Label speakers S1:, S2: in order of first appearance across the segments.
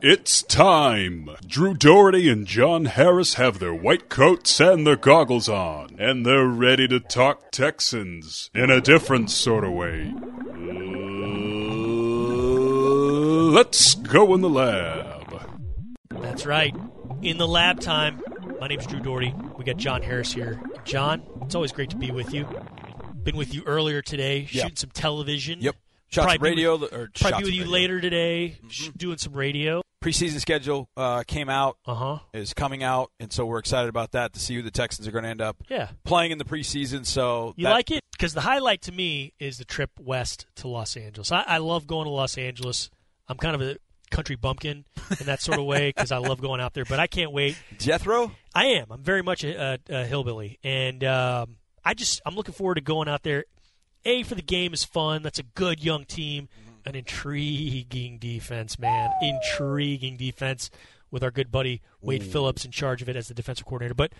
S1: It's time! Drew Doherty and John Harris have their white coats and their goggles on, and they're ready to talk Texans in a different sort of way. Let's go in the lab.
S2: That's right. In the lab time. My name's Drew Doherty. We got John Harris here. John, it's always great to be with you. Been with you earlier today,
S3: Yeah.
S2: shooting some television.
S3: Yep. Shots
S2: Probably
S3: of
S2: be
S3: radio or shots
S2: Probably be
S3: of
S2: with you
S3: radio. Mm-hmm.
S2: later today, sh- doing some radio.
S3: Preseason schedule uh, came out,
S2: Uh huh.
S3: is coming out, and so we're excited about that to see who the Texans are going to end up
S2: Yeah.
S3: playing in the preseason. So
S2: You
S3: that-
S2: like it? Because the highlight to me is the trip west to Los Angeles. I, I love going to Los Angeles. I'm kind of a country bumpkin in that sort of way because I love going out there, but I can't wait.
S3: Jethro?
S2: I am. I'm very much a, a, a hillbilly, and um, I just I'm looking forward to going out there. A for the game is fun. That's a good young team, an intriguing defense, man, intriguing defense with our good buddy Wade Phillips in charge of it as the defensive coordinator. But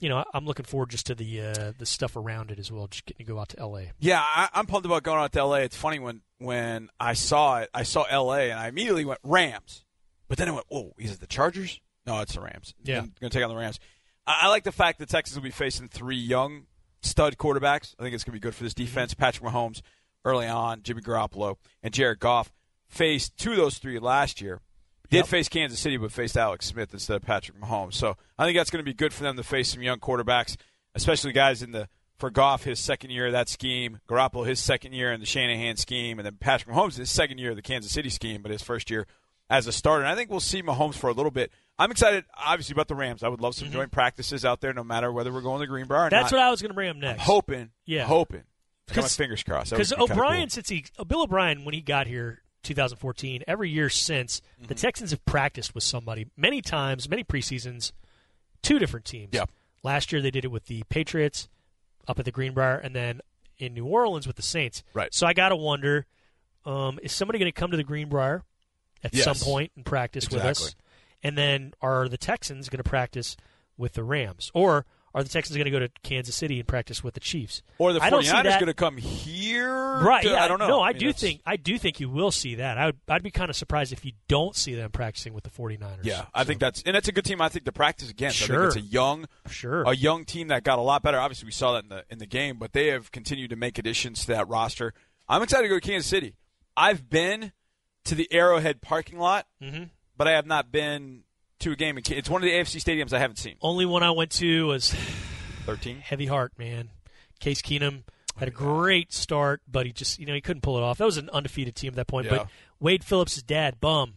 S2: you know, I- I'm looking forward just to the uh, the stuff around it as well. Just getting to go out to L.A.
S3: Yeah, I, I'm pumped about going out to LA. It's funny when when I saw it, I saw LA, and I immediately went Rams, but then I went, whoa, is it the Chargers? No, it's the Rams.
S2: Yeah.
S3: going to take on the Rams. I, I like the fact that Texas will be facing three young stud quarterbacks. I think it's going to be good for this defense. Patrick Mahomes early on, Jimmy Garoppolo, and Jared Goff faced two of those three last year. Did face Kansas City, but faced Alex Smith instead of Patrick Mahomes. So I think that's going to be good for them to face some young quarterbacks, especially guys in the for Goff his second year of that scheme, Garoppolo his second year in the Shanahan scheme, and then Patrick Mahomes his second year of the Kansas City scheme, but his first year as a starter. And I think we'll see Mahomes for a little bit. I'm excited, obviously, about the Rams. I would love some joint practices out there, no matter whether we're going to Greenbrier or
S2: Mm-hmm. That's
S3: not.
S2: what I was going to bring up next.
S3: hoping,
S2: Yeah.
S3: hoping. Got my
S2: 'Cause-
S3: fingers crossed. That
S2: Because
S3: would be kinda cool.
S2: O'Brien, since he Bill O'Brien, when he got here, 2014, every year since
S3: Mm-hmm.
S2: the Texans have practiced with somebody many times, many preseasons, two different teams.
S3: Yeah.
S2: Last year they did it with the Patriots up at the Greenbrier, and then in New Orleans with the Saints.
S3: Right.
S2: So I gotta wonder, um, is somebody going to come to the Greenbrier at
S3: Yes.
S2: some point and practice with us?
S3: Exactly.
S2: And then are the Texans going to practice with the Rams, or are the Texans going to go to Kansas City and practice with the Chiefs?
S3: Or the
S2: I don't see
S3: 49ers
S2: that-
S3: going to come here?
S2: Right.
S3: to-
S2: yeah.
S3: Uh, I don't know.
S2: No, I,
S3: mean,
S2: do
S3: that's-
S2: think I do think you will see that. I would, I'd be kind of surprised if you don't see them practicing with the 49ers.
S3: Yeah, I think that's and that's a good team. I think to practice against. I
S2: Sure.
S3: think it's a young,
S2: Sure.
S3: a young team that got a lot better. Obviously, we saw that in the in the game, but they have continued to make additions to that roster. I'm excited to go to Kansas City. I've been to the Arrowhead parking lot,
S2: Mhm.
S3: but I have not been to a game. In, Ca- it's one of the AFC stadiums I haven't seen.
S2: Only one I went to was
S3: Thirteen.
S2: heavy heart, man. Case Keenum had a great start, but he just you know he couldn't pull it off. That was an undefeated team at that point.
S3: Yeah.
S2: But Wade Phillips' dad, Bum,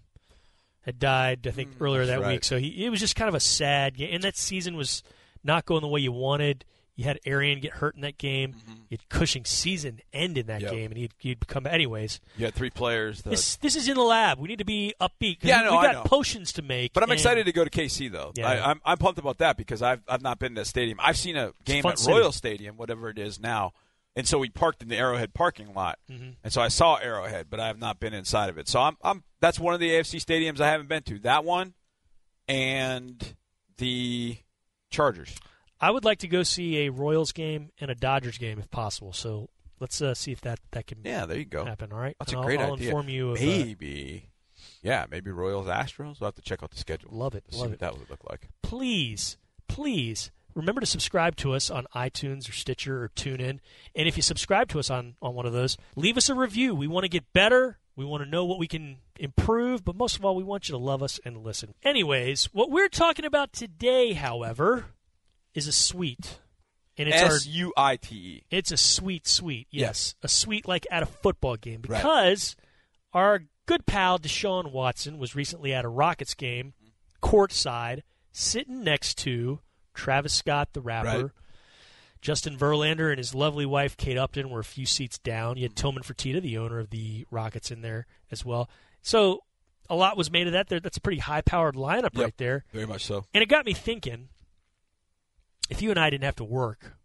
S2: had died I think earlier that
S3: Mm, right.
S2: week, so he it was just kind of a sad game. And that season was not going the way you wanted. You had Arian get hurt in that game. You had Cushing's season end in that
S3: Mm-hmm. Yep.
S2: game, and he'd, he'd become anyways.
S3: You had three players. That,
S2: This this is in the lab. We need to be upbeat. 'cause
S3: Yeah, I
S2: we,
S3: know,
S2: we got
S3: I know.
S2: potions to make.
S3: But I'm
S2: and
S3: excited to go to KC though.
S2: Yeah.
S3: I, I'm, I'm pumped about that because I've I've not been to that stadium. I've seen a game
S2: fun
S3: at
S2: city.
S3: Royal Stadium, whatever it is now, and so we parked in the Arrowhead parking lot,
S2: Mm-hmm.
S3: and so I saw Arrowhead, but I have not been inside of it. So I'm I'm that's one of the AFC stadiums I haven't been to. That one and the Chargers.
S2: I would like to go see a Royals game and a Dodgers game if possible. So let's uh, see if that that can
S3: Yeah, there you go.
S2: happen. All right,
S3: That's
S2: And
S3: a
S2: I'll-
S3: great
S2: I'll,
S3: idea.
S2: inform you. Of, uh,
S3: maybe, yeah, maybe Royals Astros. We'll have to check out the schedule.
S2: Love it,
S3: to see
S2: love
S3: what
S2: it.
S3: that would look like.
S2: please, please remember to subscribe to us on iTunes or Stitcher or TuneIn. And if you subscribe to us on, on one of those, leave us a review. We want to get better. We want to know what we can improve, but most of all, we want you to love us and listen. Anyways, what we're talking about today, however, is a sweet. And it's our
S3: S U I T E.
S2: It's a sweet, sweet. Yes.
S3: Yes.
S2: A sweet like at a football game
S3: Right.
S2: because our good pal Deshaun Watson was recently at a Rockets game, courtside, sitting next to Travis Scott, the rapper.
S3: Right.
S2: Justin Verlander and his lovely wife Kate Upton were a few seats down. You had
S3: Mm-hmm.
S2: Tillman Fertitta, the owner of the Rockets, in there as well. So a lot was made of that. There, that's a pretty high-powered lineup
S3: Yep.
S2: right there,
S3: Very much so.
S2: and it got me thinking. If you and I didn't have to work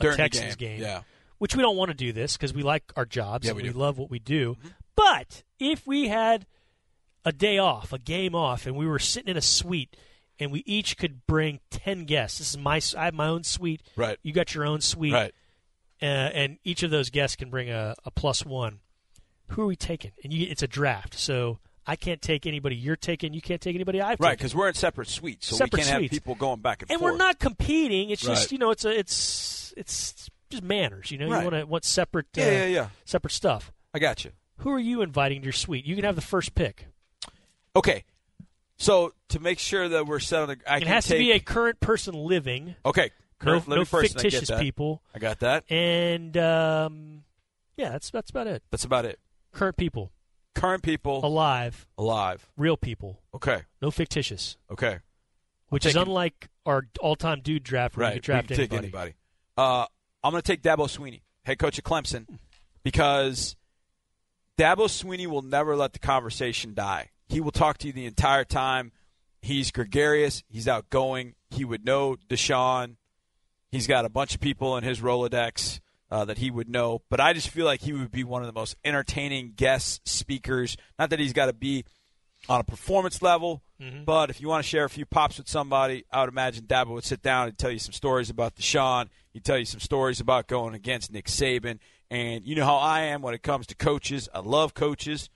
S2: a
S3: During
S2: Texans
S3: the game.
S2: game
S3: Yeah.
S2: which we don't want to do this because we like our jobs
S3: Yeah,
S2: and
S3: we
S2: we
S3: do. Mm-hmm.
S2: love what we do. But if we had a day off, a game off, and we were sitting in a suite and we each could bring 10 guests, this is my, s- I have my own suite.
S3: Right.
S2: You got your own suite.
S3: Right.
S2: uh, and each of those guests can bring a, a plus one. Who are we taking? And you, it's a draft, so I can't take anybody you're taking. You can't take anybody I've
S3: Right,
S2: taken.
S3: because we're in separate suites, so
S2: Separate
S3: we can't
S2: suites.
S3: have people going back and,
S2: And
S3: forth.
S2: we're not competing. It's
S1: Right.
S2: just you know, it's a, it's it's just manners. You know,
S3: Right.
S2: you want to want separate uh,
S3: Yeah, yeah, yeah.
S2: separate stuff.
S3: I got you.
S2: Who are you inviting to your suite? You can have the first pick.
S3: Okay. So to make sure that we're set on the, I
S2: it
S3: can
S2: has to
S3: take-
S2: be a current person living,
S3: okay. Kurt,
S2: no,
S3: let
S2: no
S3: me first and I get
S2: fictitious
S3: that.
S2: people,
S3: I got that.
S2: and um, yeah, that's that's about it.
S3: That's about it.
S2: Current people,
S3: Current people
S2: alive,
S3: alive.
S2: real people,
S3: Okay.
S2: no fictitious,
S3: Okay.
S2: which is
S3: taking-
S2: unlike our all-time dude draft where
S3: Right.
S2: you could draft
S3: we can take
S2: anybody.
S3: anybody. Uh, I'm going to take Dabo Sweeney, head coach of Clemson, because Dabo Sweeney will never let the conversation die. He will talk to you the entire time. He's gregarious. He's outgoing. He would know Deshaun. He's got a bunch of people in his Rolodex uh, that he would know. But I just feel like he would be one of the most entertaining guest speakers. Not that he's got to be on a performance level, but if you want to share a few pops with somebody, I would imagine Dabo would sit down and tell you some stories about Deshaun. He'd tell you some stories about going against Nick Saban. And you know how I am when it comes to coaches. I love coaches.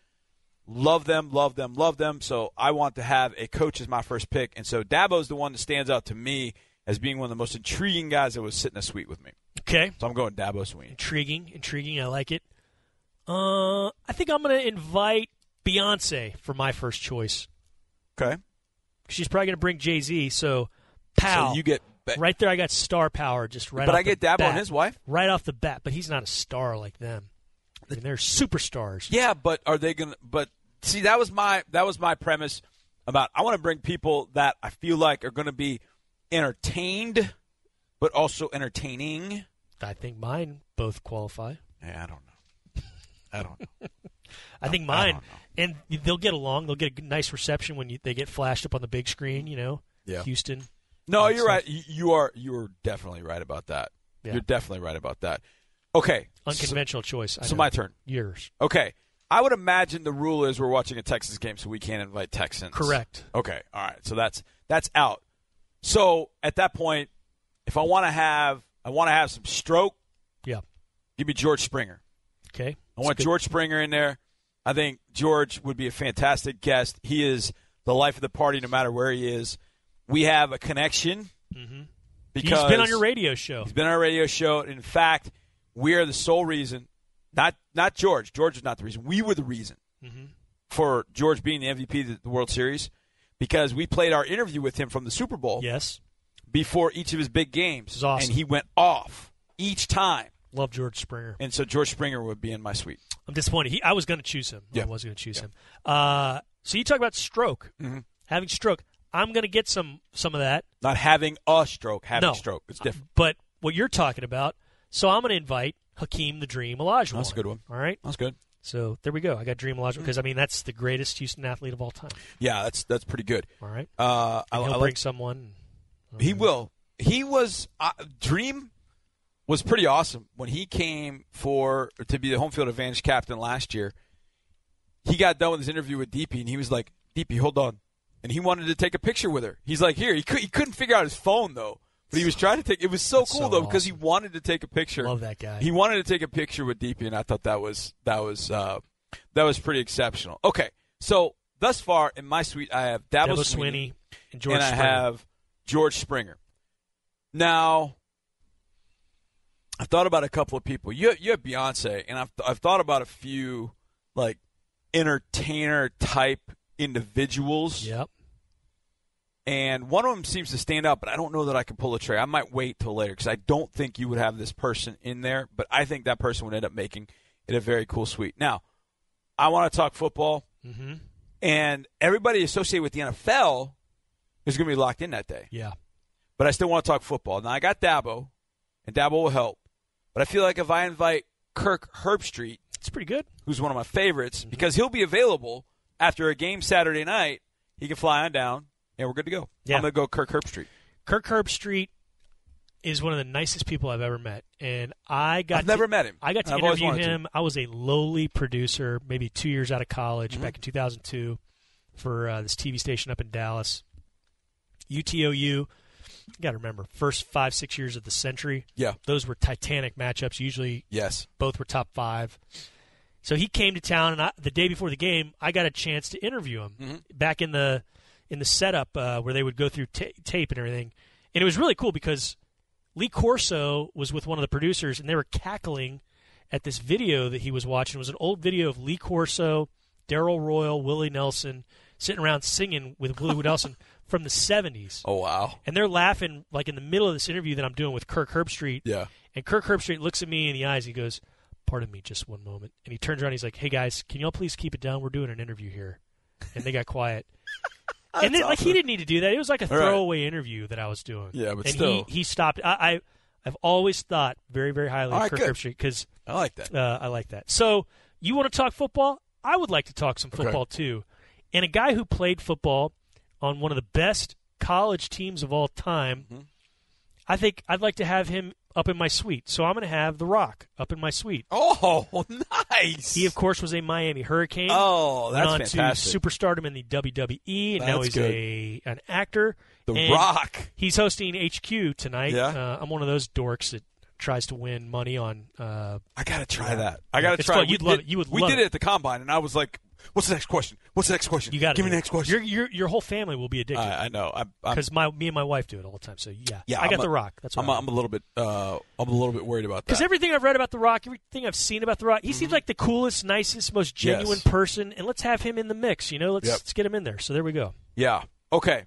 S3: Love them, love them, love them. So I want to have a coach as my first pick. And so Dabo's the one that stands out to me as being one of the most intriguing guys that was sitting in a suite with me.
S2: Okay,
S3: So I'm going Dabo Sweeney.
S2: intriguing, intriguing. I like it. Uh, I think I'm going to invite Beyonce for my first choice.
S3: Okay.
S2: She's probably going to bring Jay Z. So,
S3: So
S2: pal,
S3: you get ba-
S2: right there. I got star power just right.
S3: But
S2: off
S3: I get
S2: the
S3: Dabo
S2: bat.
S3: and his wife.
S2: right off the bat, but he's not a star like them. I mean, they're superstars.
S3: Yeah, but are they gonna? But see, that was my that was my premise about. I want to bring people that I feel like are going to be entertained, but also entertaining.
S2: I think mine both qualify.
S3: Yeah, I don't know. I don't know.
S2: I think mine, and they'll get along. They'll get a nice reception when you, they get flashed up on the big screen. You know,
S3: Yeah.
S2: Houston.
S3: No,
S2: That's
S3: you're right. You- You are you are definitely right about that.
S2: Yeah.
S3: You're definitely right about that. Okay, so,
S2: Unconventional choice. I
S3: so
S2: know.
S3: my turn.
S2: Yours.
S3: Okay, I would imagine the rule is we're watching a Texas game, so we can't invite Texans.
S2: Correct.
S3: Okay. All right. So that's that's out. So at that point, if I want to have I want to have some stroke,
S2: Yeah.
S3: give me George Springer.
S2: Okay.
S3: I
S2: That's
S3: want
S2: good.
S3: George Springer in there. I think George would be a fantastic guest. He is the life of the party, no matter where he is. We have a connection because
S2: Mm-hmm. He's been on your radio show.
S3: He's been on our radio show. In fact, we are the sole reason, not not George. George was not the reason. We were the reason
S2: Mm-hmm.
S3: for George being the MVP of the- the World Series because we played our interview with him from the Super Bowl
S2: Yes.
S3: before each of his big games,
S2: is awesome.
S3: and he went off each time.
S2: Love George Springer.
S3: And so George Springer would be in my suite.
S2: I'm disappointed. He, I was going to choose him.
S3: Yeah. Mm-hmm.
S2: I was going to choose him. Uh, so you talk about stroke, having stroke. I'm going to get some some of that.
S3: Not having a stroke, having
S2: no. Uh-huh.
S3: stroke. It's different.
S2: But what you're talking about, so I'm going to invite Hakeem the Dream Olajuwon.
S3: That's a good one.
S2: All right.
S3: That's good.
S2: So there we go. I got Dream Olajuwon because I mean that's the greatest Houston athlete of all time.
S3: Yeah, that's that's pretty good.
S2: All right.
S3: Uh, I,
S2: And he'll
S3: I
S2: bring
S3: like
S2: someone.
S3: He will. He was uh, Dream was pretty awesome when he came for to be the home field advantage captain last year. He got done with his interview with DP and he was like, "DP, hold on," and he wanted to take a picture with her. He's like, "Here." He, could, he couldn't figure out his phone though, but he was trying to take. It was so
S2: That's
S3: cool
S2: so
S3: though because he
S2: awesome.
S3: wanted to take a picture.
S2: Love that guy.
S3: He wanted to take a picture with DP, and I thought that was that was uh, that was pretty exceptional. Okay, so thus far in my suite, I have Dabo,
S2: Dabo
S3: Sweeney
S2: Swinney and George
S3: and I
S2: Springer.
S3: have George Springer. Now, I've thought about a couple of people. You you have Beyonce, and I've I've thought about a few like entertainer type individuals,
S2: Yep.
S3: and one of them seems to stand out. But I don't know that I can pull a tray. I might wait till later because I don't think you would have this person in there. But I think that person would end up making it a very cool suite. Now, I want to talk football,
S2: hmm
S3: and everybody associated with the NFL is going to be locked in that day
S2: Yeah.
S3: but I still want to talk football. Now I got Dabo, and Dabo will help. But I feel like if I invite Kirk Herbstreit,
S2: It's pretty good.
S3: who's one of my favorites,
S2: Mm-hmm.
S3: because he'll be available after a game Saturday night, he can fly on down, and we're good to go.
S2: Yeah.
S3: I'm gonna go Kirk Herbstreit.
S2: Kirk Herbstreit is one of the nicest people I've ever met, and I got
S3: I've never
S2: to-
S3: met him.
S2: I got to
S3: and I've always
S2: interview
S3: wanted to.
S2: him. I was a lowly producer, maybe two years out of college,
S3: Mm-hmm.
S2: back in 2002, for uh, this TV station up in Dallas, UTOU. you got to remember, first five, six years of the century,
S3: Yeah.
S2: those were titanic matchups. Usually
S3: Yes.
S2: both were top five. So he came to town, and I, the day before the game, I got a chance to interview him back in the in the setup uh, where they would go through ta tape and everything, and it was really cool because Lee Corso was with one of the producers, and they were cackling at this video that he was watching. It was an old video of Lee Corso, Daryl Royal, Willie Nelson sitting around singing with Willie Wood Nelson from the '70s,
S3: Oh wow.
S2: and they're laughing like in the middle of this interview that I'm doing with Kirk Herbstreit.
S3: Yeah.
S2: And Kirk Herbstreit looks at me in the eyes. He goes, "Pardon me, just one moment." And he turns around. He's like, "Hey guys, can y'all please keep it down? We're doing an interview here." And they got quiet. and then, like he didn't need to do that. It was like a
S3: All right.
S2: throwaway interview that I was doing.
S3: Yeah, but
S2: and
S3: still.
S2: he, he stopped. I, I I've always thought very very highly
S3: All
S2: of
S3: right,
S2: Kirk
S3: good.
S2: Herbstreit because
S3: I like that.
S2: uh, I like that. So you want to talk football? I would like to talk some football too. And a guy who played football on one of the best college teams of all time,
S3: Mm-hmm.
S2: I think I'd like to have him up in my suite. So I'm going to have The Rock up in my suite.
S3: Oh, nice.
S2: He, of course, was a Miami Hurricane.
S3: oh,
S2: went on
S3: that's fantastic.
S2: to superstardom in the WWE, and now
S3: That's
S2: he's
S3: good.
S2: a an actor.
S3: the
S2: And
S3: Rock.
S2: He's hosting HQ tonight.
S3: Yeah.
S2: Uh, I'm one of those dorks that tries to win money on uh,
S3: I gotta try that. I gotta
S2: It's
S3: try.
S2: fun.
S3: We
S2: You'd love
S3: did-
S2: it. You would
S3: We
S2: love
S3: did
S2: it.
S3: it at the combine, and I was like, "What's the next question? What's the next question?
S2: You got
S3: give me the next
S2: Your
S3: question."
S2: your your whole family will be addicted
S3: I, I know. I'm, I'm,
S2: because my me and my wife do it all the time. So yeah,
S3: Yeah,
S2: I got
S3: I'm a-
S2: the Rock. That's what
S3: I'm, I'm a little bit. Uh, I'm a little bit worried about that.
S2: because everything I've read about the Rock, everything I've seen about the Rock, he seems like the coolest, nicest, most genuine
S3: Yes.
S2: person. And let's have him in the mix. You know, let's
S3: Yep.
S2: let's get him in there. So there we go.
S3: yeah. Okay.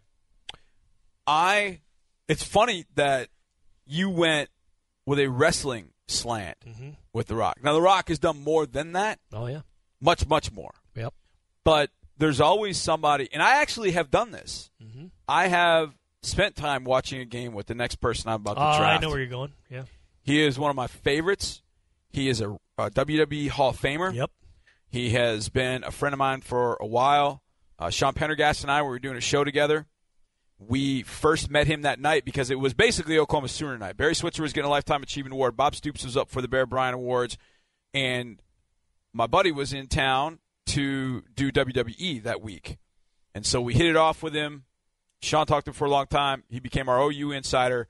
S3: I. It's funny that you went with a wrestling slant
S2: Mhm.
S3: with The Rock. Now, The Rock has done more than that,
S2: Oh yeah,
S3: much, much more.
S2: yep.
S3: But there's always somebody, and I actually have done this.
S2: Mhm.
S3: I have spent time watching a game with the next person I'm about to
S2: Uh, I
S3: draft.
S2: know where you're going. Yeah.
S3: He is one of my favorites. He is a, a WWE Hall of Famer.
S2: Yep.
S3: He has been a friend of mine for a while. Uh, Sean Pendergast and I we were doing a show together. We first met him that night because it was basically Oklahoma Sooner night. Barry Switzer was getting a Lifetime Achievement Award. Bob Stoops was up for the Bear Bryant Awards. And my buddy was in town to do WWE that week. And so we hit it off with him. Sean talked to him for a long time. He became our OU insider.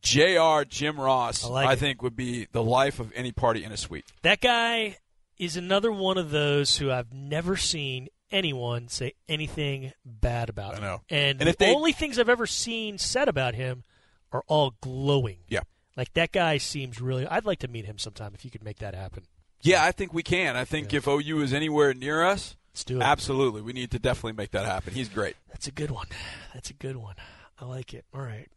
S3: JR Jim Ross,
S2: I like it.
S3: think, would be the life of any party in a suite.
S2: That guy is another one of those who I've never seen anyone say anything bad about.
S3: I know.
S2: And,
S3: And
S2: the
S3: if they-
S2: only things I've ever seen said about him are all glowing.
S3: Yeah.
S2: Like that guy seems really. I'd like to meet him sometime if you could make that happen.
S3: Yeah, I think we can. I think if OU is anywhere near us,
S2: Let's do it.
S3: absolutely, we need to definitely make that happen. He's great.
S2: That's a good one. That's a good one. I like it. All right.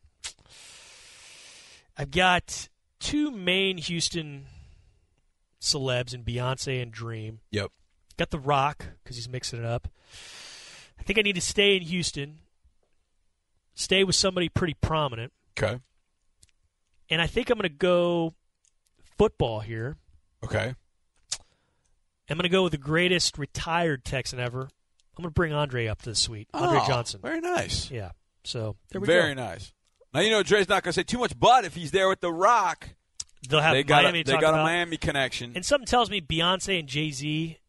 S2: I've got two main Houston celebs in Beyonce and Dream.
S3: Yep.
S2: Got The Rock because he's mixing it up. I think I need to stay in Houston, stay with somebody pretty prominent,
S3: Okay.
S2: and I think I'm going to go football here.
S3: Okay.
S2: I'm going to go with the greatest retired Texan ever. I'm going to bring Andre up to the suite, Andre Johnson.
S3: Oh, Very nice.
S2: Yeah. So there we
S3: Very
S2: go.
S3: nice. Now you know Dre's not going to say too much, but if he's there with the Rock,
S2: They'll have
S3: they got
S2: Miami
S3: a,
S2: to
S3: they
S2: talk
S3: got a
S2: about.
S3: Miami connection.
S2: And something tells me Beyonce and Jay Z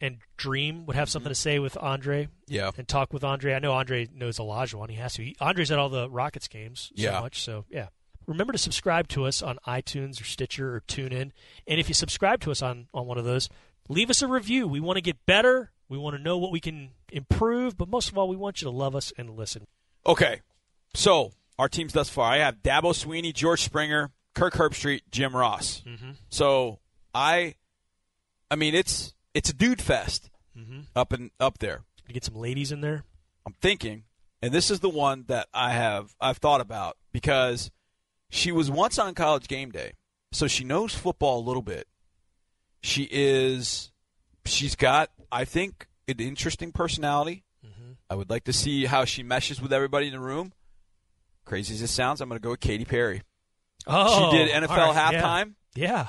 S2: and Dream would have
S3: Mm-hmm.
S2: something to say with Andre
S3: yeah.
S2: and talk with Andre. I know Andre knows Olajuwon. He has to. He, Andre's at all the Rockets games so
S3: Yeah.
S2: much. So, yeah. Remember to subscribe to us on iTunes or Stitcher or TuneIn. And if you subscribe to us on, on one of those, leave us a review. We want to get better. We want to know what we can improve. But most of all, we want you to love us and listen.
S3: Okay. So our teams thus far, I have Dabo Sweeney, George Springer, Kirk Herbstreit, Jim Ross.
S2: Mm-hmm.
S3: So I, I mean, it's it's a dude fest
S2: Mm-hmm.
S3: up and up there.
S2: You get some ladies in there.
S3: I'm thinking, and this is the one that I have I've thought about because she was once on college game day, so she knows football a little bit. She is she's got I think an interesting personality.
S2: Mm-hmm.
S3: I would like to see how she meshes with everybody in the room. Crazy as it sounds, I'm going to go with Katy Perry.
S2: Oh,
S3: she did NFL
S2: all right, yeah.
S3: halftime,
S2: Yeah.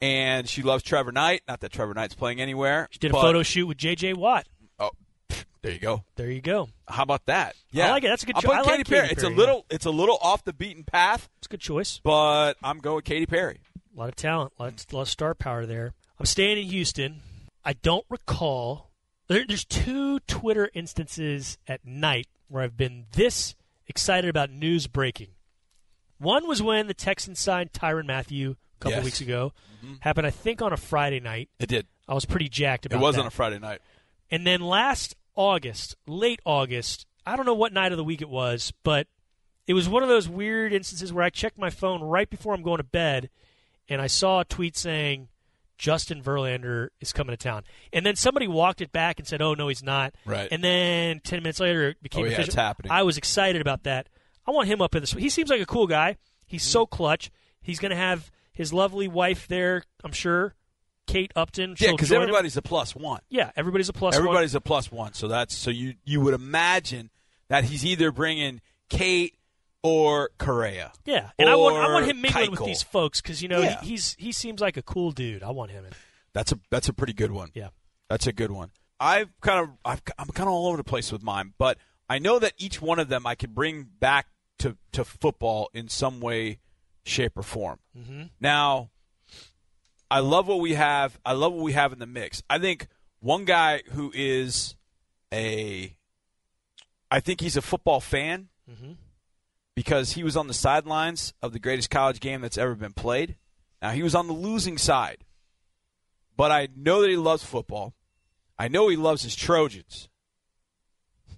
S3: and she loves Trevor Knight. Not that Trevor Knight's playing anywhere.
S2: She did a
S3: but-
S2: photo shoot with J.J. Watt.
S3: Oh, pfft, there you go.
S2: There you go.
S3: How about that? Yeah,
S2: like it. That's a good
S3: I'm
S2: cho-
S3: putting
S2: I like
S3: Katy Perry.
S2: Katy
S3: It's a
S2: Perry,
S3: little, it's a little off the beaten path,
S2: It's a good choice.
S3: but I'm going with Katy Perry.
S2: A lot of talent, a lot, a lot of star power there. I'm staying in Houston. I don't recall. There, there's two Twitter instances at night where I've been this excited about news breaking. One was when the Texans signed Tyron Matthew a couple
S3: Yes.
S2: weeks ago. Happened, I think, on a Friday night.
S3: It did.
S2: I was pretty jacked
S3: It
S2: about
S3: was
S2: that.
S3: on a Friday night.
S2: And then last August, late August, I don't know what night of the week it was, but it was one of those weird instances where I checked my phone right before I'm going to bed and I saw a tweet saying Justin Verlander is coming to town. And then somebody walked it back and said, "Oh no, he's not."
S3: Right.
S2: And then 10 minutes later it became
S3: Oh, yeah,
S2: official.
S3: it's happening.
S2: I was excited about that. I want him up in this. He seems like a cool guy. He's so
S3: Mm-hmm.
S2: clutch. He's going to have his lovely wife there, I'm sure. Kate Upton. because
S3: Yeah, because everybody's a plus one.
S2: Yeah, everybody's a plus one.
S3: Everybody's a plus one. So that's so you you would imagine that he's either bringing Kate or Correa.
S2: Yeah, and I want I
S3: or
S2: want him mingling with
S3: Keuchel.
S2: these folks because you know
S3: Yeah.
S2: he, he's he seems like a cool dude. I want him in.
S3: That's a that's a pretty good one.
S2: Yeah,
S3: That's a good one. I've kind of I've, I'm kind of all over the place with mine, but I know that each one of them I could bring back to to football in some way, shape, or form. Mm-hmm. Now, I love what we have. I love what we have in the mix. I think one guy who is a, I think he's a football fan because he was on the sidelines of the greatest college game that's ever been played. Now he was on the losing side, but I know that he loves football. I know he loves his Trojans.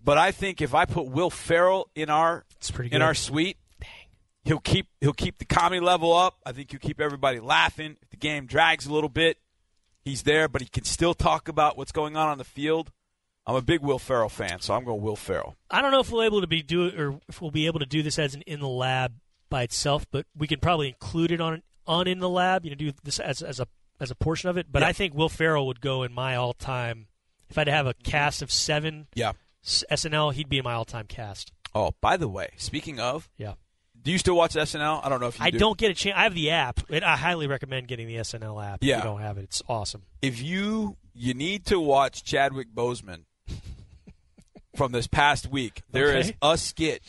S3: But I think if I put Will Farrell in our
S2: it's pretty good.
S3: in our suite, he'll keep he'll keep the comedy level up. I think he'll keep everybody laughing. If the game drags a little bit, he's there, but he can still talk about what's going on on the field. I'm a big Will Farrell fan, so I'm going Will Farrell.
S2: I don't know if we'll able to be do or if we'll be able to do this as an in the lab by itself, but we can probably include it on on in the lab. You know, do this as as a as a portion of it. But
S3: Yeah.
S2: I think Will Ferrell would go in my all time. If I'd have a
S3: Mm-hmm.
S2: cast of seven
S3: Yeah.
S2: s- SNL, he'd be in my all time cast.
S3: Oh, by the way, speaking of,
S2: Yeah,
S3: do you still watch SNL? I don't know if you
S2: I
S3: do.
S2: don't get a chance. I have the app, and I highly recommend getting the SNL app.
S3: Yeah.
S2: if you don't have it, it's awesome.
S3: if you you need to watch Chadwick Boseman from this past week, there is
S2: Okay.
S3: a skit.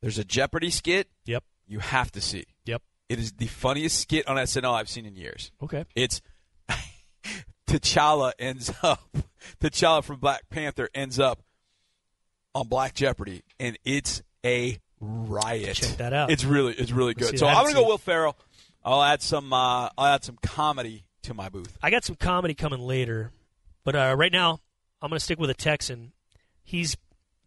S3: There's a Jeopardy skit
S2: Yep,
S3: you have to see.
S2: yep.
S3: It is the funniest skit on SNL I've seen in years.
S2: Okay,
S3: It's T'Challa ends up T'Challa from Black Panther ends up on Black Jeopardy, and it's a riot.
S2: Check that out.
S3: It's really it's really
S2: Let's see,
S3: good.
S2: I
S3: So I'm
S2: haven't
S3: gonna go
S2: seen it.
S3: Will Ferrell. I'll add some uh, I'll add some comedy to my booth.
S2: I got some comedy coming later, but uh, right now I'm going to stick with a Texan. He's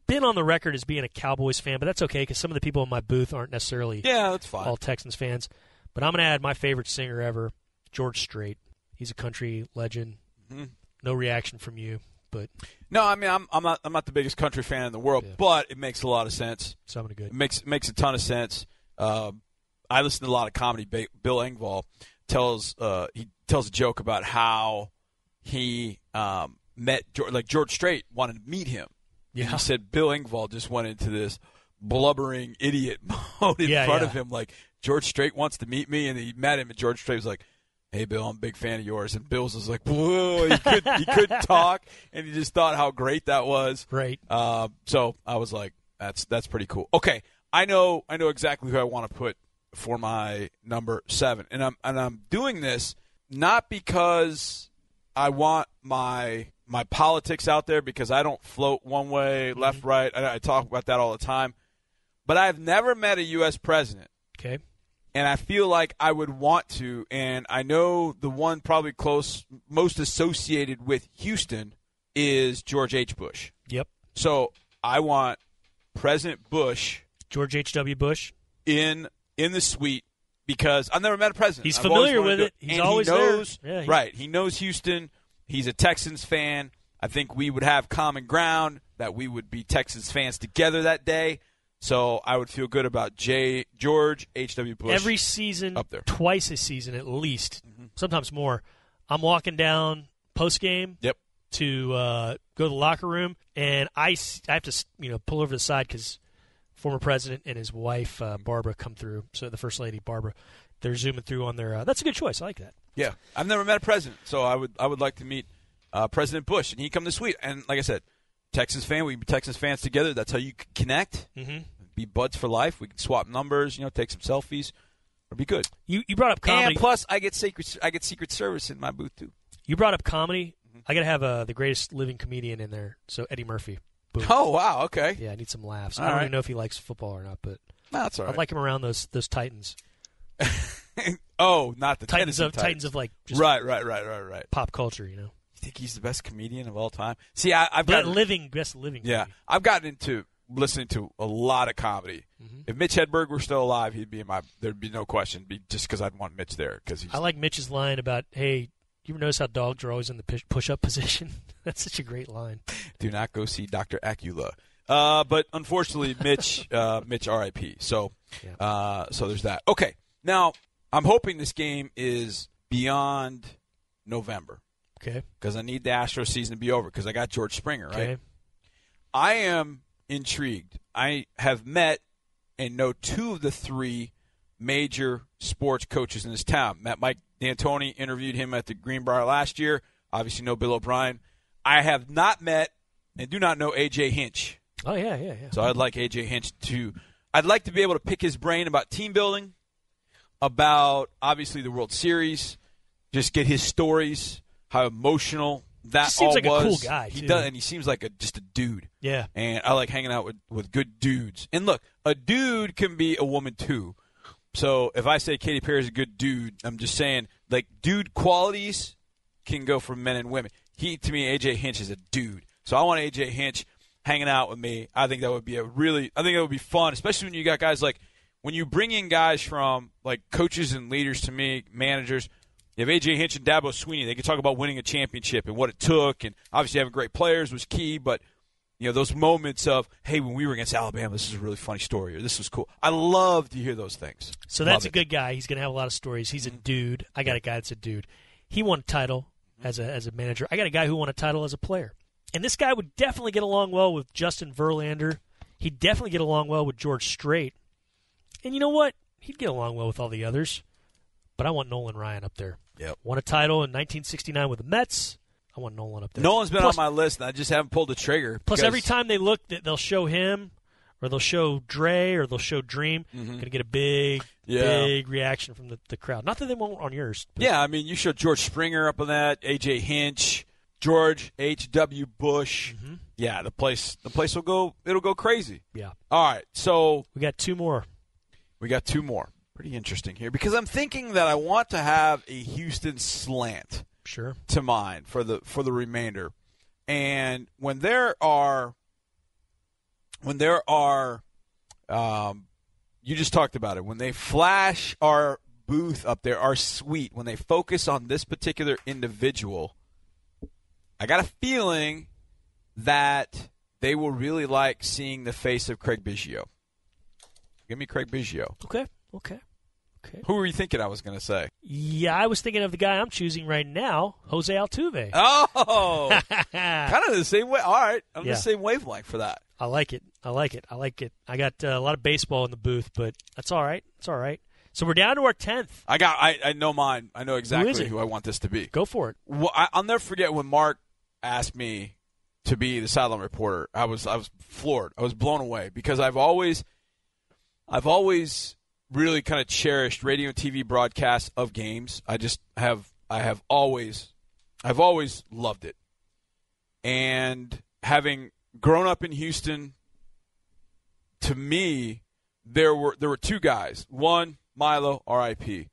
S2: been on the record as being a Cowboys fan, but that's okay because some of the people in my booth aren't necessarily
S3: Yeah, that's fine.
S2: all Texans fans. But I'm going to add my favorite singer ever, George Strait. He's a country legend.
S3: Mm-hmm.
S2: No reaction from you, but
S3: No, I mean I'm I'm not I'm not the biggest country fan in the world,
S2: Yeah.
S3: but it makes a lot of sense.
S2: so I'm going to
S3: It
S2: good.
S3: makes it makes a ton of sense. Um, I listen to a lot of comedy. Ba- Bill Engvall tells uh, he tells a joke about how he um, met George, like George Strait wanted to meet him. And
S2: Yeah.
S3: he said Bill Engvall just went into this blubbering idiot mode in
S2: Yeah,
S3: front
S2: yeah.
S3: of him, like George Strait wants to meet me, and he met him, and George Strait was like. Hey Bill, I'm a big fan of yours, and Bill's was like, "Whoa!" He couldn't, he couldn't talk, and he just thought how great that was.
S2: Right.
S3: Uh, so I was like, that's that's pretty cool. Okay, I know I know exactly who I want to put for my number seven, and I'm and I'm doing this not because I want my my politics out there because I don't float one way, left, right. I, I talk about that all the time, but I've never met a U.S. president
S2: Okay.
S3: and I feel like I would want to. And I know the one probably close, most associated with Houston is George H. Bush.
S2: Yep.
S3: So I want President Bush
S2: George H.W. Bush.
S3: in in the suite because I've never met a president.
S2: He's
S3: I've always
S2: familiar
S3: wanted
S2: with
S3: to-
S2: it. He's
S3: and
S2: always
S3: he
S2: there.
S3: knows,
S2: Yeah, he-
S3: right. He knows Houston. He's a Texans fan. I think we would have common ground that we would be Texans fans together that day. So I would feel good about J. George H. W. Bush.
S2: Every season,
S3: up there. Mm-hmm.
S2: twice a season at least, sometimes more. I'm walking down post game
S3: yep.
S2: to uh, go to the locker room, and I, s- I have to you know pull over to the side because former president and his wife uh, Barbara come through. So the first lady Barbara, they're zooming through on their. Uh, that's a good choice. I like that.
S3: Yeah, I've never met a president, so I would I would like to meet uh, President Bush, and he come this week. And like I said, Texans fan, we can be Texans fans together. That's how you c- connect,
S2: Mm-hmm.
S3: be buds for life. We can swap numbers, you know, take some selfies. It'll be good.
S2: You you brought up comedy.
S3: And plus, I get secret I get Secret Service in my booth too. Mm-hmm.
S2: you brought up comedy. I gotta have uh, the greatest living comedian in there. So Eddie Murphy. Boom.
S3: Oh wow, okay.
S2: Yeah, I need some laughs. I
S3: All
S2: don't
S3: right.
S2: even know if he likes football or not, but
S3: No, that's all
S2: I'd
S3: right.
S2: like him around those those Titans.
S3: oh, not the
S2: Titans
S3: Tennessee
S2: of Titans of like just
S3: right, right, right, right, right.
S2: pop culture, you know.
S3: You think he's the best comedian of all time? See, I, I've
S2: But
S3: got
S2: living best living.
S3: yeah,
S2: movie.
S3: I've gotten into listening to a lot of comedy.
S2: Mm-hmm.
S3: If Mitch Hedberg were still alive, he'd be in my. There'd be no question. Be just because I'd want Mitch there because he's
S2: I like Mitch's line about hey, you ever notice how dogs are always in the push- push-up position? That's such a great line.
S3: do not go see Doctor Acula. Uh, but unfortunately, Mitch, uh, Mitch, R.I.P. So,
S2: Yeah.
S3: uh, so there's that. Okay, now I'm hoping this game is beyond November
S2: Okay.
S3: because I need the Astro season to be over because I got George Springer right.
S2: Okay.
S3: I am intrigued. I have met and know two of the three major sports coaches in this town. Met Mike D'Antoni, interviewed him at the Greenbrier last year. Obviously, know Bill O'Brien. I have not met and do not know AJ Hinch.
S2: Oh yeah, yeah, yeah.
S3: So I'd like AJ Hinch to. I'd like to be able to pick his brain about team building, about obviously the World Series, just get his stories, how emotional that
S2: He seems
S3: all
S2: like a
S3: was.
S2: cool guy,
S3: He
S2: too.
S3: does, and he seems like a just a dude
S2: yeah.
S3: and I like hanging out with, with good dudes. And look, a dude can be a woman too. So if I say Katy Perry's a good dude, I'm just saying like dude qualities can go for men and women. He to me, AJ Hinch is a dude. So I want AJ Hinch hanging out with me. I think that would be a really I think that would be fun, especially when you got guys like when you bring in guys from like coaches and leaders to me, managers, you have AJ Hinch and Dabo Sweeney. They can talk about winning a championship and what it took, and obviously having great players was key. But you know those moments of hey, when we were against Alabama, this is a really funny story, or this was cool. I love to hear those things.
S2: So
S3: Love
S2: that's a
S3: it.
S2: good guy. He's going to have a lot of stories. He's a dude. I got a guy that's a dude. He won a title as a as a manager. I got a guy who won a title as a player. And this guy would definitely get along well with Justin Verlander. He'd definitely get along well with George Strait. And you know what? He'd get along well with all the others. But I want Nolan Ryan up there.
S3: Yep.
S2: Won a title in 1969 with the Mets. I want Nolan up there.
S3: Nolan's been
S2: Plus-
S3: on my list, and I just haven't pulled the trigger.
S2: Plus,
S3: because-
S2: every time they look, th- they'll show him, or they'll show Dre, or they'll show Dream. Going to get a big,
S3: Mm-hmm. Yeah.
S2: big reaction from the, the crowd. Not that they won't on yours. but-
S3: yeah, I mean, you showed George Springer up on that, AJ Hinch, George H. W. Bush. Yeah, the place, the place will go, it'll go crazy.
S2: yeah.
S3: All right, so
S2: We got two more.
S3: We got two more. Pretty interesting here because I'm thinking that I want to have a Houston slant
S2: Sure.
S3: to mine for the for the remainder. And when there are when there are um, you just talked about it, when they flash our booth up there, our suite, when they focus on this particular individual, I got a feeling that they will really like seeing the face of Craig Biggio. Give me Craig Biggio.
S2: Okay. Okay. Okay.
S3: Who were you thinking I was going to say?
S2: Yeah, I was thinking of the guy I'm choosing right now, Jose Altuve.
S3: Oh, kind of the same way. All right, I'm
S2: Yeah.
S3: the same wavelength for that.
S2: I like it. I like it. I like it. I got uh, a lot of baseball in the booth, but that's all right. It's all right. So we're down to our tenth.
S3: I got. I, I know mine. I know exactly
S2: is
S3: who,
S2: it?
S3: I want this to be.
S2: Go for it.
S3: Well, I, I'll never forget when Mark asked me to be the sideline reporter. I was I was floored. I was blown away because I've always, I've always really kind of cherished radio and TV broadcasts of games. I just have I have always, I've always loved it, and having grown up in Houston, to me, there were there were two guys. One Milo, R.I.P.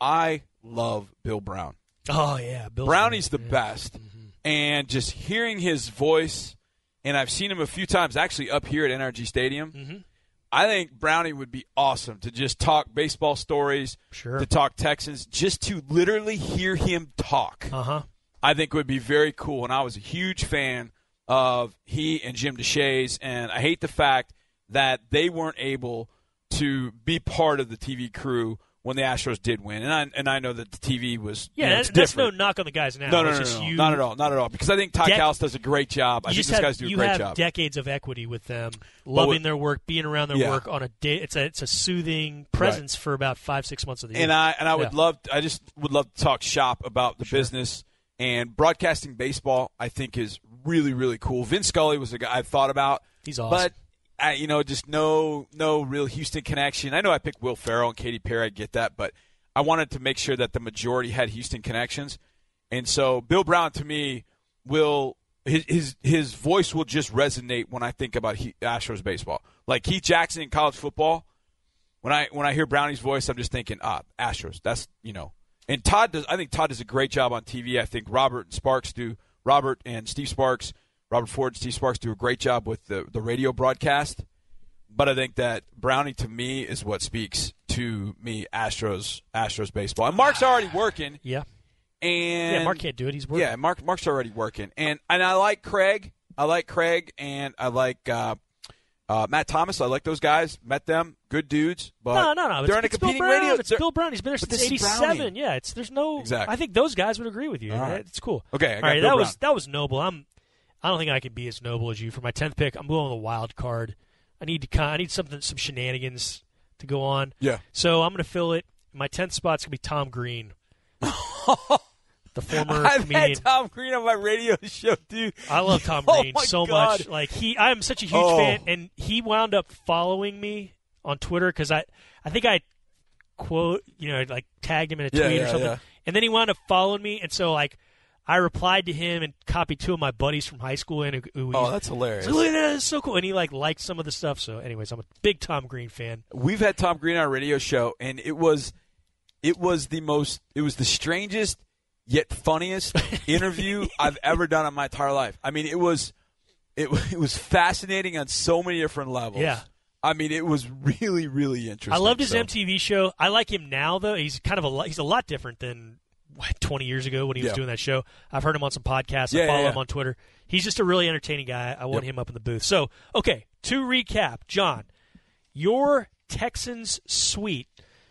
S3: I love Bill Brown.
S2: Oh yeah, Mm-hmm. Bill
S3: Brownie's the best. And just hearing his voice, and I've seen him a few times actually up here at NRG Stadium.
S2: Mhm.
S3: I think Brownie would be awesome to just talk baseball stories,
S2: Sure.
S3: to talk Texans, just to literally hear him talk.
S2: Uh huh.
S3: I think would be very cool. And I was a huge fan of he and Jim DeShays, and I hate the fact that they weren't able to be part of the TV crew when the Astros did win. And I and I know that the TV was you
S2: Yeah,
S3: know,
S2: that's,
S3: it's
S2: that's
S3: different.
S2: no knock on the guys now.
S3: No, no,
S2: It's
S3: no,
S2: just
S3: no, no.
S2: you-
S3: not at all, not at all. Because I think Ty
S2: Dec-
S3: Kallis does a great job. I
S2: You
S3: think
S2: just
S3: these
S2: have,
S3: guys do a
S2: you
S3: great
S2: have
S3: job.
S2: decades of equity with them, loving
S3: with-
S2: their work, being around their
S3: Yeah.
S2: work on a day. It's a it's a soothing presence for about five six months of the year.
S3: and I and I would
S2: Mm-hmm. Yeah.
S3: love, I just would love to talk shop about the business and broadcasting baseball. I think is really really cool. Vin Scully was a guy I've thought about.
S2: He's awesome.
S3: but. I, you know, just no, no real Houston connection. I know I picked Will Farrell and Katy Perry. I get that, but I wanted to make sure that the majority had Houston connections, and so Bill Brown to me will his his his voice will just resonate when I think about he, Astros baseball. Like Keith Jackson in college football, when I when I hear Brownie's voice, I'm just thinking, ah, Astros. That's you know. And Todd does. I think Todd does a great job on TV. I think Robert and Sparks do. Robert and Steve Sparks, Robert Ford and Steve Sparks do a great job with the the radio broadcast. But I think that Brownie to me is what speaks to me Astros Astros baseball. And Mark's already working.
S2: Yeah.
S3: And
S2: Yeah, Mark can't do it. He's working.
S3: yeah, Mark Mark's already working, and and I like Craig. I like Craig, and I like uh, uh, Matt Thomas. I like those guys. Met them, good dudes. But
S2: no, no, no. It's,
S3: They're in a
S2: it's Bill
S3: competing
S2: Brown.
S3: radio.
S2: It's
S3: they're-
S2: Bill Brown. He's been there
S3: But
S2: since
S3: this is
S2: '87.
S3: Browning.
S2: Yeah, it's there's no.
S3: Exactly.
S2: I think those guys would agree with you.
S3: All right.
S2: It's cool.
S3: Okay, I
S2: All
S3: got
S2: right,
S3: Bill
S2: that
S3: Brown.
S2: was that was noble. I'm. I don't think I can be as noble as you for my tenth pick. I'm going with a wild card. I need to. con- I need something, some shenanigans to go on.
S3: Yeah.
S2: So I'm going to fill it. My tenth spot's going to be Tom Green, the former
S3: I've
S2: comedian.
S3: had Tom Green on my radio show, dude.
S2: I love Tom
S3: Oh
S2: Green
S3: my
S2: so
S3: God.
S2: much. Like he, I am such a huge
S3: Oh.
S2: fan, and he wound up following me on Twitter because I, I think I quote, you know, like tagged him in a tweet
S3: Yeah,
S2: or
S3: yeah,
S2: something,
S3: yeah.
S2: and then he wound up following me, and so like, I replied to him and copied two of my buddies from high school and who
S3: Oh,
S2: he's-
S3: that's hilarious.
S2: he's like, look at that, it's so cool, and he like liked some of the stuff. So, anyways, I'm a big Tom Green fan.
S3: We've had Tom Green on our radio show, and it was it was the most it was the strangest yet funniest interview I've ever done in my entire life. I mean, it was it, wa- it was fascinating on so many different levels.
S2: Yeah.
S3: I mean, it was really, really interesting.
S2: I loved his
S3: so-
S2: MTV show. I like him now though. He's kind of a lot, he's a lot different than what, 20 years ago when he was
S3: Yeah.
S2: doing that show. I've heard him on some podcasts.
S3: Yeah,
S2: I
S3: yeah,
S2: follow
S3: yeah.
S2: him on Twitter. He's just a really entertaining guy. I want him up in the booth. So okay, to recap, John, your Texans suite.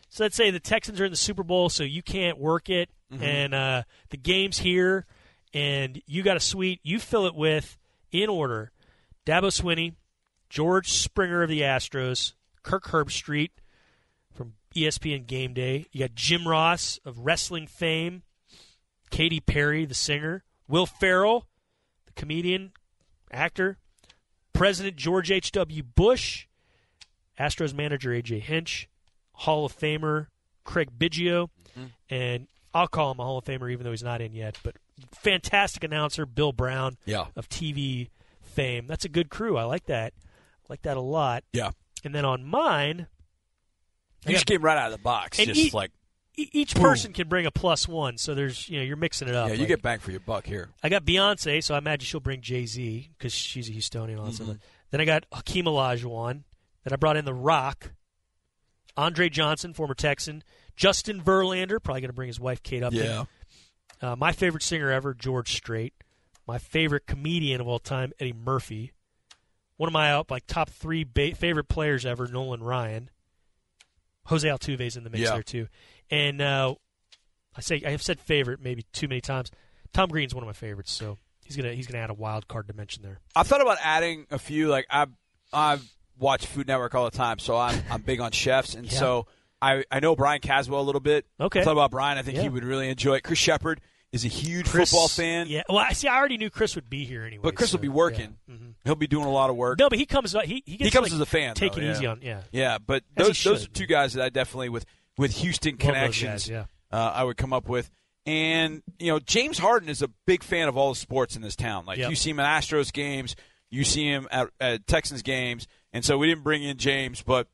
S2: So let's say the Texans are in the Super Bowl, so you can't work it,
S3: Mm-hmm.
S2: and uh, the game's here, and you got a suite. You fill it with in order: Dabo Swinney, George Springer of the Astros, Kirk Herbstreit from E ESPN Game Day. You got Jim Ross of wrestling fame, Katy Perry, the singer, Will Farrell, the comedian, actor, President George H.W. Bush, Astros manager A.J. Hinch, Hall of Famer Craig Biggio, and I'll call him a Hall of Famer even though he's not in yet, but fantastic announcer Bill Brown
S3: Yeah.
S2: of TV fame. That's a good crew. I like that. I like that a lot.
S3: Yeah.
S2: And then on mine, I got
S3: You just came right out of the box.
S2: And
S3: just
S2: eat-
S3: like
S2: e- each
S3: Boom.
S2: person can bring a plus one. So there's, you know, you're mixing it up.
S3: Hmm. yeah, you
S2: Like,
S3: get bang for your buck here.
S2: I got Beyonce, so I imagine she'll bring Jay Z because she's a Houstonian. All that
S3: Mm-hmm.
S2: stuff. Then I got Hakeem Olajuwon. Then I brought in The Rock, Andre Johnson, former Texan, Justin Verlander, probably going to bring his wife Kate up.
S3: Yeah,
S2: Uh, my favorite singer ever, George Strait. My favorite comedian of all time, Eddie Murphy. One of my uh, like top three ba- favorite players ever, Nolan Ryan. Jose Altuve's in the mix
S3: Yeah.
S2: there too, and uh, I say I have said favorite maybe too many times. Tom Green's one of my favorites, so he's gonna he's gonna add a wild card dimension there.
S3: I thought about adding a few. Like I, I watch Food Network all the time, so I'm I'm big on chefs, and
S2: Yeah.
S3: so I I know Brian Caswell a little bit.
S2: Okay.
S3: I thought about Brian. I think
S2: Yeah.
S3: he would really enjoy it. Chris Shepard is a huge
S2: Chris-
S3: football fan,
S2: Yeah, well, I see. I already knew Chris would be here anyway.
S3: but Chris
S2: so,
S3: will be working.
S2: yeah. Mhm.
S3: He'll be doing a lot of work.
S2: No, but he comes. He he, gets
S3: he comes
S2: like,
S3: as a fan.
S2: Take
S3: though,
S2: it
S3: yeah.
S2: easy on yeah.
S3: Yeah, but
S2: As he
S3: those those are
S2: should.
S3: two guys that I definitely with with Houston
S2: those
S3: connections.
S2: guys, yeah.
S3: uh, I would come up with. And you know, James Harden is a big fan of all the sports in this town. Like
S2: Yep.
S3: you see him at Astros games, you see him at, at Texans games, and so we didn't bring in James, but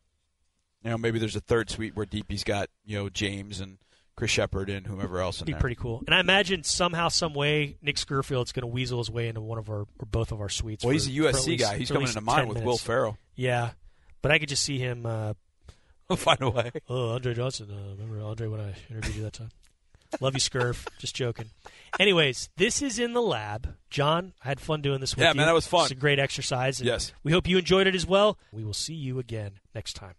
S3: you know maybe there's a third suite where Deepy's got you know James and Chris Shepard and whomever else in
S2: be
S3: there.
S2: pretty cool. And I imagine somehow, some way, Nick Skerfield's going to weasel his way into one of our or both of our suites.
S3: well,
S2: for-
S3: he's a
S2: for at
S3: USC
S2: least-
S3: guy. He's
S2: for at
S3: coming
S2: least
S3: into mine
S2: 10
S3: with
S2: minutes.
S3: Will Farrell.
S2: Yeah, but I could just see him. Uh,
S3: We'll find a way.
S2: oh, Andre Johnson. Uh, remember Andre when I interviewed you that time? Love you, Skerf. just joking. Anyways, this is in the lab. John, I had fun doing this with
S3: Yeah,
S2: you.
S3: man, that was fun.
S2: It's a great exercise. and
S3: Yes.
S2: We hope you enjoyed it as well. We will see you again next time.